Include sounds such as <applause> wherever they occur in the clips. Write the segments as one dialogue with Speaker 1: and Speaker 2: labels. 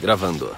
Speaker 1: Gravando.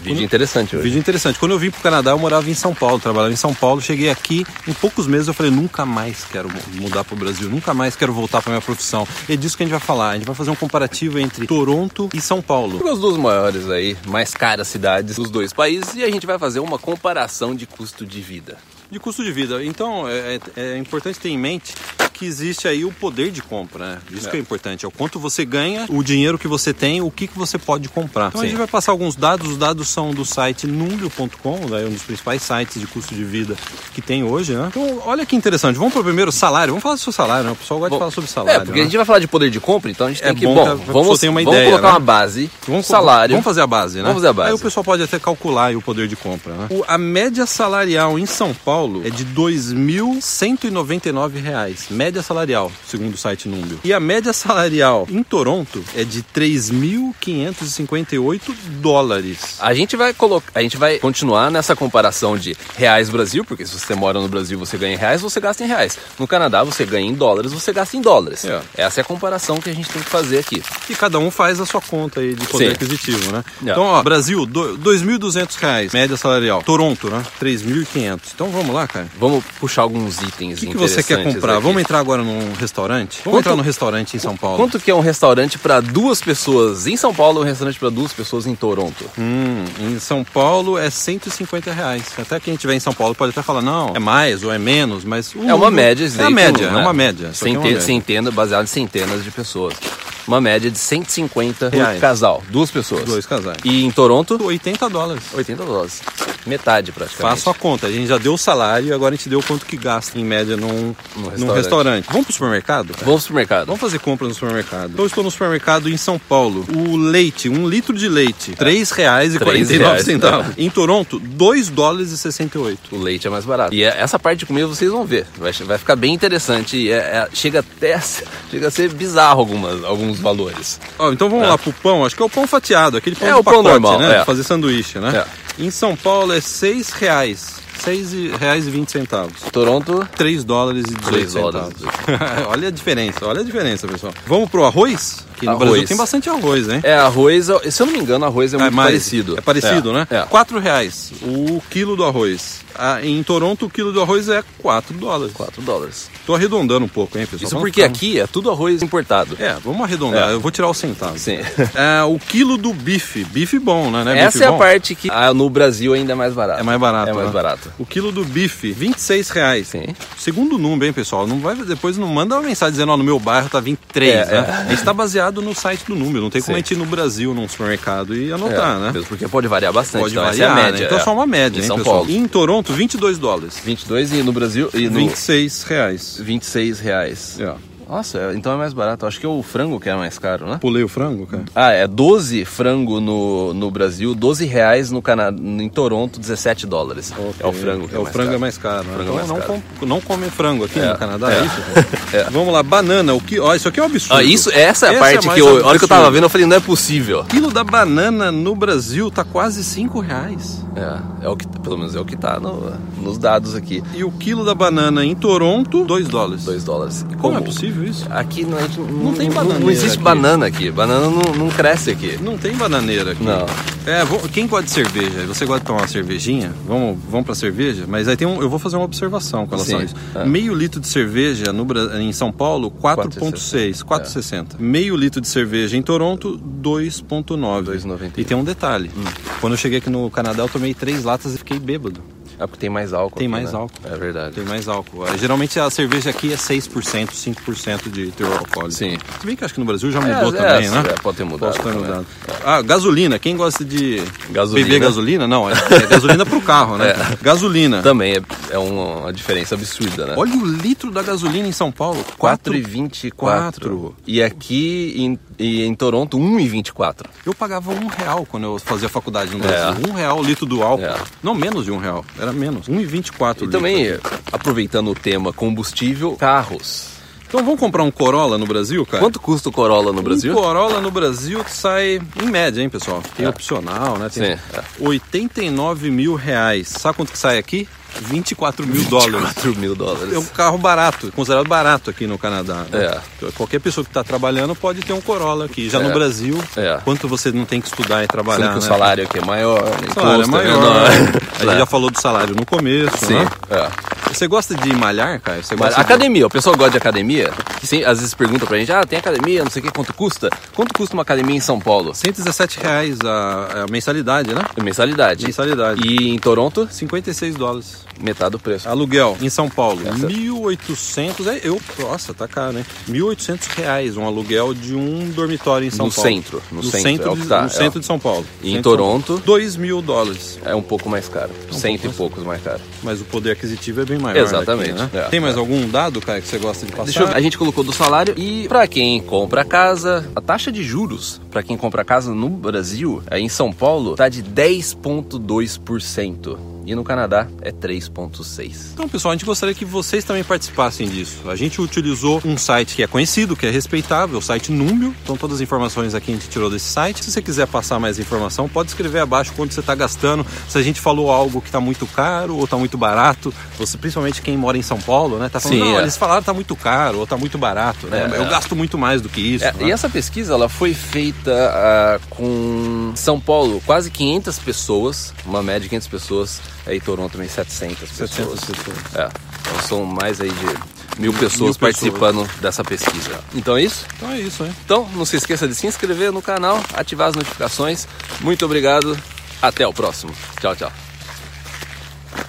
Speaker 1: Vídeo interessante hoje.
Speaker 2: Vídeo interessante. Quando eu vim pro Canadá, eu morava em São Paulo, trabalhava em São Paulo, cheguei aqui, em poucos meses eu falei, nunca mais quero mu- mudar pro Brasil, nunca mais quero voltar pra minha profissão. É disso que a gente vai falar. A gente vai fazer um comparativo entre Toronto e São Paulo.
Speaker 1: As duas maiores aí, mais caras cidades dos dois países e a gente vai fazer uma comparação de custo de vida.
Speaker 2: De custo de vida. Então, é, é- é importante ter em mente que existe aí o poder de compra, né? Isso
Speaker 1: É.
Speaker 2: que é importante. É o quanto você ganha, o dinheiro que você tem, o que, que você pode comprar. Então, a
Speaker 1: Sim.
Speaker 2: gente vai passar alguns dados. Os dados são do site núcleo.com, né? um dos principais sites de custo de vida que tem hoje, né? Então, olha que interessante. Vamos pro primeiro salário. Vamos falar do seu salário, né? O pessoal gosta de falar sobre salário.
Speaker 1: é, porque
Speaker 2: né?
Speaker 1: a gente vai falar de poder de compra, então a gente
Speaker 2: É
Speaker 1: tem que.
Speaker 2: bom
Speaker 1: Bom,
Speaker 2: que a pessoa
Speaker 1: vamos,
Speaker 2: tenha uma
Speaker 1: vamos
Speaker 2: ideia,
Speaker 1: colocar
Speaker 2: né?
Speaker 1: uma base,
Speaker 2: Vamos,
Speaker 1: salário.
Speaker 2: Vamos fazer a base, né?
Speaker 1: Vamos fazer a base.
Speaker 2: Aí o pessoal pode até calcular aí o poder de compra, né? O- a média salarial em São Paulo é de R$ 2.199, reais, média salarial, segundo o site Númbio. E a média salarial em Toronto é de 3.558 dólares.
Speaker 1: A gente vai colocar, a gente vai continuar nessa comparação de reais Brasil, porque se você mora no Brasil, você ganha em reais, você gasta em reais. No Canadá, você ganha em dólares, você gasta em dólares.
Speaker 2: É.
Speaker 1: Essa é a comparação que a gente tem que fazer aqui.
Speaker 2: E cada um faz a sua conta aí de poder
Speaker 1: Sim.
Speaker 2: aquisitivo, né?
Speaker 1: É.
Speaker 2: Então, ó, Brasil, do- R$ 2.200, reais, média salarial. Toronto, né? 3.500. Então, vamos lá, cara.
Speaker 1: Vamos puxar alguns itens
Speaker 2: O que, que
Speaker 1: interessantes
Speaker 2: você quer comprar?
Speaker 1: aqui.
Speaker 2: Vamos entrar agora num restaurante? Vamos
Speaker 1: Quanto-
Speaker 2: entrar num restaurante em São Paulo.
Speaker 1: Quanto que é um restaurante para duas pessoas em São Paulo e um restaurante para duas pessoas em Toronto?
Speaker 2: Hum, em São Paulo é 150 reais. Até quem estiver em São Paulo pode até falar, não, é mais ou é menos, mas... o
Speaker 1: É uma
Speaker 2: número-
Speaker 1: média,
Speaker 2: É uma
Speaker 1: Slate,
Speaker 2: média, é
Speaker 1: né?
Speaker 2: uma média. só que é uma
Speaker 1: Centen-
Speaker 2: média.
Speaker 1: centena- baseado em centenas de pessoas. Uma média de 150 por
Speaker 2: Reais.
Speaker 1: casal, duas pessoas.
Speaker 2: Dois casais.
Speaker 1: E em Toronto,
Speaker 2: 80 dólares.
Speaker 1: 80 dólares. Metade praticamente.
Speaker 2: Faça a conta. A gente já deu o salário e agora a gente deu quanto que gasta em média num, num restaurante.
Speaker 1: restaurante. É.
Speaker 2: Vamos pro supermercado? cara?
Speaker 1: Vamos pro mercado.
Speaker 2: Vamos fazer compra no supermercado. Então, Eu estou no supermercado em São Paulo. O leite, um litro de leite, R$ 3,49.
Speaker 1: reais,
Speaker 2: Em Toronto, 2 dólares e 68.
Speaker 1: O leite é mais barato. E é- essa parte de comida vocês vão ver. Vai, vai ficar bem interessante. E é- é- chega até a ser- <laughs> chega a ser bizarro algumas, alguns valores.
Speaker 2: Ó, então vamos
Speaker 1: É.
Speaker 2: lá pro pão. Acho que é o pão fatiado, aquele pão
Speaker 1: É,
Speaker 2: de
Speaker 1: o pão
Speaker 2: pacote,
Speaker 1: normal,
Speaker 2: né?
Speaker 1: é.
Speaker 2: Fazer sanduíche, né? Em São Paulo é seis reais. Seis e- reais e vinte centavos.
Speaker 1: Toronto,
Speaker 2: 3 dólares e 18
Speaker 1: Três dólares.
Speaker 2: centavos. <laughs> olha a diferença, olha a diferença, pessoal. Vamos pro arroz? Que no
Speaker 1: Arroz.
Speaker 2: Brasil tem bastante arroz, hein?
Speaker 1: é arroz. Se eu não me engano, arroz é muito
Speaker 2: mais-
Speaker 1: parecido.
Speaker 2: É parecido,
Speaker 1: É,
Speaker 2: né?
Speaker 1: é.
Speaker 2: 4 reais o quilo do arroz. Ah, em Toronto, o quilo do arroz é 4 dólares.
Speaker 1: 4 dólares.
Speaker 2: Tô arredondando um pouco, hein, pessoal?
Speaker 1: Isso
Speaker 2: Vamos
Speaker 1: porque
Speaker 2: ficar-
Speaker 1: aqui é tudo arroz importado.
Speaker 2: É, vamos arredondar.
Speaker 1: É.
Speaker 2: Eu vou tirar o centavo. <laughs>
Speaker 1: Sim.
Speaker 2: Ah, o quilo do bife. Bife bom, né? Não é
Speaker 1: Essa
Speaker 2: bife
Speaker 1: é a
Speaker 2: bom?
Speaker 1: parte que ah, no Brasil ainda é mais barato.
Speaker 2: É mais barato.
Speaker 1: É mais
Speaker 2: né?
Speaker 1: barato.
Speaker 2: O quilo do bife, 26 reais.
Speaker 1: Sim.
Speaker 2: Segundo número, hein, pessoal? Não vai, depois não manda uma mensagem dizendo, ó, no meu bairro tá 23,
Speaker 1: É,
Speaker 2: né? Isso tá baseado no site do número. Não tem como
Speaker 1: Sim.
Speaker 2: a gente ir no Brasil, num supermercado e
Speaker 1: É,
Speaker 2: anotar, né?
Speaker 1: Mesmo porque pode variar bastante.
Speaker 2: Pode
Speaker 1: então
Speaker 2: variar,
Speaker 1: essa é a
Speaker 2: né?
Speaker 1: média.
Speaker 2: Então é só uma média,
Speaker 1: Em
Speaker 2: hein,
Speaker 1: São
Speaker 2: pessoal?
Speaker 1: Paulo.
Speaker 2: E em Toronto, 22 dólares.
Speaker 1: 22 e no Brasil e no
Speaker 2: 26 reais.
Speaker 1: 26 reais.
Speaker 2: É.
Speaker 1: Nossa, é- então é mais barato. Acho que é o frango que é mais caro, né?
Speaker 2: Pulei o frango, cara?
Speaker 1: Ah, é 12 frango no, no Brasil, 12 reais no Canadá, em Toronto, 17 dólares. É o frango que é,
Speaker 2: o
Speaker 1: mais
Speaker 2: frango é
Speaker 1: caro.
Speaker 2: mais caro. né?
Speaker 1: Frango é
Speaker 2: Então
Speaker 1: mais
Speaker 2: não,
Speaker 1: caro.
Speaker 2: com- não come frango aqui
Speaker 1: É.
Speaker 2: no Canadá,
Speaker 1: <laughs>
Speaker 2: é,
Speaker 1: É.
Speaker 2: isso? cara? Vamos lá, banana. O que, ó, isso aqui é um absurdo.
Speaker 1: Ah, isso, essa é a
Speaker 2: Esse
Speaker 1: parte que
Speaker 2: mais
Speaker 1: eu, a hora que eu tava
Speaker 2: absurdo.
Speaker 1: vendo, eu falei, não é possível.
Speaker 2: quilo da banana no Brasil tá quase 5 reais.
Speaker 1: É, é o que, pelo menos é o que tá no- nos dados aqui.
Speaker 2: E o quilo da banana em Toronto, 2 dólares.
Speaker 1: 2 dólares. E
Speaker 2: Como é possível isso?
Speaker 1: Aqui não, a gente não,
Speaker 2: tem
Speaker 1: Não,
Speaker 2: bananeira
Speaker 1: existe
Speaker 2: aqui.
Speaker 1: banana aqui. Banana não, não cresce aqui.
Speaker 2: Não tem bananeira aqui.
Speaker 1: Não.
Speaker 2: É, vo- quem gosta de cerveja, você gosta de tomar uma cervejinha? Vamos, vamos pra cerveja? Mas aí tem um, eu vou fazer uma observação com relação
Speaker 1: Sim,
Speaker 2: a isso.
Speaker 1: é.
Speaker 2: Meio litro de cerveja no, Bra- em São Paulo, 4,6, 4,60. Meio litro de cerveja em Toronto, 2,9.
Speaker 1: 2,91.
Speaker 2: E tem um detalhe:
Speaker 1: Hum.
Speaker 2: quando eu cheguei aqui no Canadá, eu tomei três latas e fiquei bêbado.
Speaker 1: É porque tem mais álcool.
Speaker 2: Tem
Speaker 1: aqui,
Speaker 2: mais
Speaker 1: né?
Speaker 2: álcool.
Speaker 1: É verdade.
Speaker 2: Tem mais álcool. Ah, Geralmente a cerveja aqui é 6%, 5% de teor alcoólico.
Speaker 1: Sim.
Speaker 2: Se bem que acho que no Brasil já
Speaker 1: É, é,
Speaker 2: mudou também,
Speaker 1: é,
Speaker 2: né?
Speaker 1: é, pode ter mudado
Speaker 2: Pode ter
Speaker 1: também.
Speaker 2: mudado. Ah, gasolina. Quem gosta de
Speaker 1: Gasolina. É.
Speaker 2: beber gasolina? Não, é, é gasolina pro carro,
Speaker 1: <laughs>
Speaker 2: né? Gasolina.
Speaker 1: Também é, é uma, uma diferença absurda, né?
Speaker 2: Olha o litro da gasolina em São Paulo.
Speaker 1: 4,24. E aqui em, e em Toronto, 1,24.
Speaker 2: Eu pagava um real quando eu fazia faculdade no Brasil.
Speaker 1: É.
Speaker 2: Um real o litro do álcool.
Speaker 1: É.
Speaker 2: Não menos de um real. Era menos. 1,24
Speaker 1: E
Speaker 2: litro.
Speaker 1: também, aproveitando o tema combustível, carros.
Speaker 2: Então vamos comprar um Corolla no Brasil, cara?
Speaker 1: Quanto custa o Corolla no Brasil?
Speaker 2: Um Corolla no Brasil sai em média, hein, pessoal? Tem
Speaker 1: É.
Speaker 2: opcional, né? Tem
Speaker 1: Sim,
Speaker 2: 89 mil reais. Sabe quanto que sai aqui? 24 mil dólares.
Speaker 1: 4 mil dólares.
Speaker 2: É um carro barato, considerado barato aqui no Canadá. né?
Speaker 1: É.
Speaker 2: Qualquer pessoa que está trabalhando pode ter um Corolla aqui. Já no
Speaker 1: É.
Speaker 2: Brasil,
Speaker 1: É.
Speaker 2: quanto você não tem que estudar e trabalhar.
Speaker 1: Sendo que o
Speaker 2: né?
Speaker 1: salário né? aqui é maior, o
Speaker 2: O salário é
Speaker 1: imposto
Speaker 2: maior.
Speaker 1: menor.
Speaker 2: A gente já falou do salário no começo.
Speaker 1: É. Sim,
Speaker 2: né?
Speaker 1: é.
Speaker 2: Você gosta de malhar, Caio? Você
Speaker 1: Mas
Speaker 2: gosta de-
Speaker 1: academia, o pessoal gosta de academia? Sim, às vezes pergunta pra gente, ah, tem academia, não sei o que, quanto custa? Quanto custa uma academia em São Paulo?
Speaker 2: 117 reais a, a mensalidade, né?
Speaker 1: Mensalidade.
Speaker 2: Mensalidade.
Speaker 1: E em Toronto,
Speaker 2: 56 dólares.
Speaker 1: metade do preço.
Speaker 2: Aluguel em São Paulo,
Speaker 1: Essa-
Speaker 2: 1.800. é, Eu, nossa, tá caro, hein? 1.800 reais um aluguel de um dormitório em São
Speaker 1: No
Speaker 2: Paulo.
Speaker 1: centro, no centro, é o que
Speaker 2: de,
Speaker 1: tá,
Speaker 2: no
Speaker 1: é.
Speaker 2: centro de São Paulo.
Speaker 1: E em
Speaker 2: Centro de São
Speaker 1: Toronto?
Speaker 2: Paulo. 2 mil dólares.
Speaker 1: É um pouco mais caro. cento e poucos mais caro.
Speaker 2: Mas o poder aquisitivo é bem maior.
Speaker 1: Exatamente,
Speaker 2: daqui, né?
Speaker 1: é.
Speaker 2: Tem mais algum dado, Caio, que você gosta de passar?
Speaker 1: Deixa eu ver, A gente colocou do salário e pra quem compra casa, a taxa de juros pra quem compra casa no Brasil, aí em São Paulo, tá de 10.2% e no Canadá é 3.6.
Speaker 2: Então, pessoal, a gente gostaria que vocês também participassem disso. A gente utilizou um site que é conhecido, que é respeitável, o site Número. Então, todas as informações aqui a gente tirou desse site. Se você quiser passar mais informação, pode escrever abaixo quanto você está gastando. Se a gente falou algo que está muito caro ou está muito barato, você, principalmente quem mora em São Paulo, né, tá falando,
Speaker 1: Sim,
Speaker 2: não,
Speaker 1: é.
Speaker 2: eles falaram que tá muito caro ou tá muito barato, né?
Speaker 1: É,
Speaker 2: Eu
Speaker 1: é.
Speaker 2: gasto muito mais do que isso.
Speaker 1: É,
Speaker 2: né?
Speaker 1: e essa pesquisa ela foi feita ah, com São Paulo, quase 500 pessoas, uma média de 500 pessoas, aí Toronto também 700 pessoas.
Speaker 2: 700 pessoas.
Speaker 1: É, então são mais aí de mil pessoas
Speaker 2: pessoas.
Speaker 1: participando dessa pesquisa. Então é isso?
Speaker 2: Então é isso, hein?
Speaker 1: Então, não se esqueça de se inscrever no canal, ativar as notificações. Muito obrigado. Até o próximo. Tchau, tchau.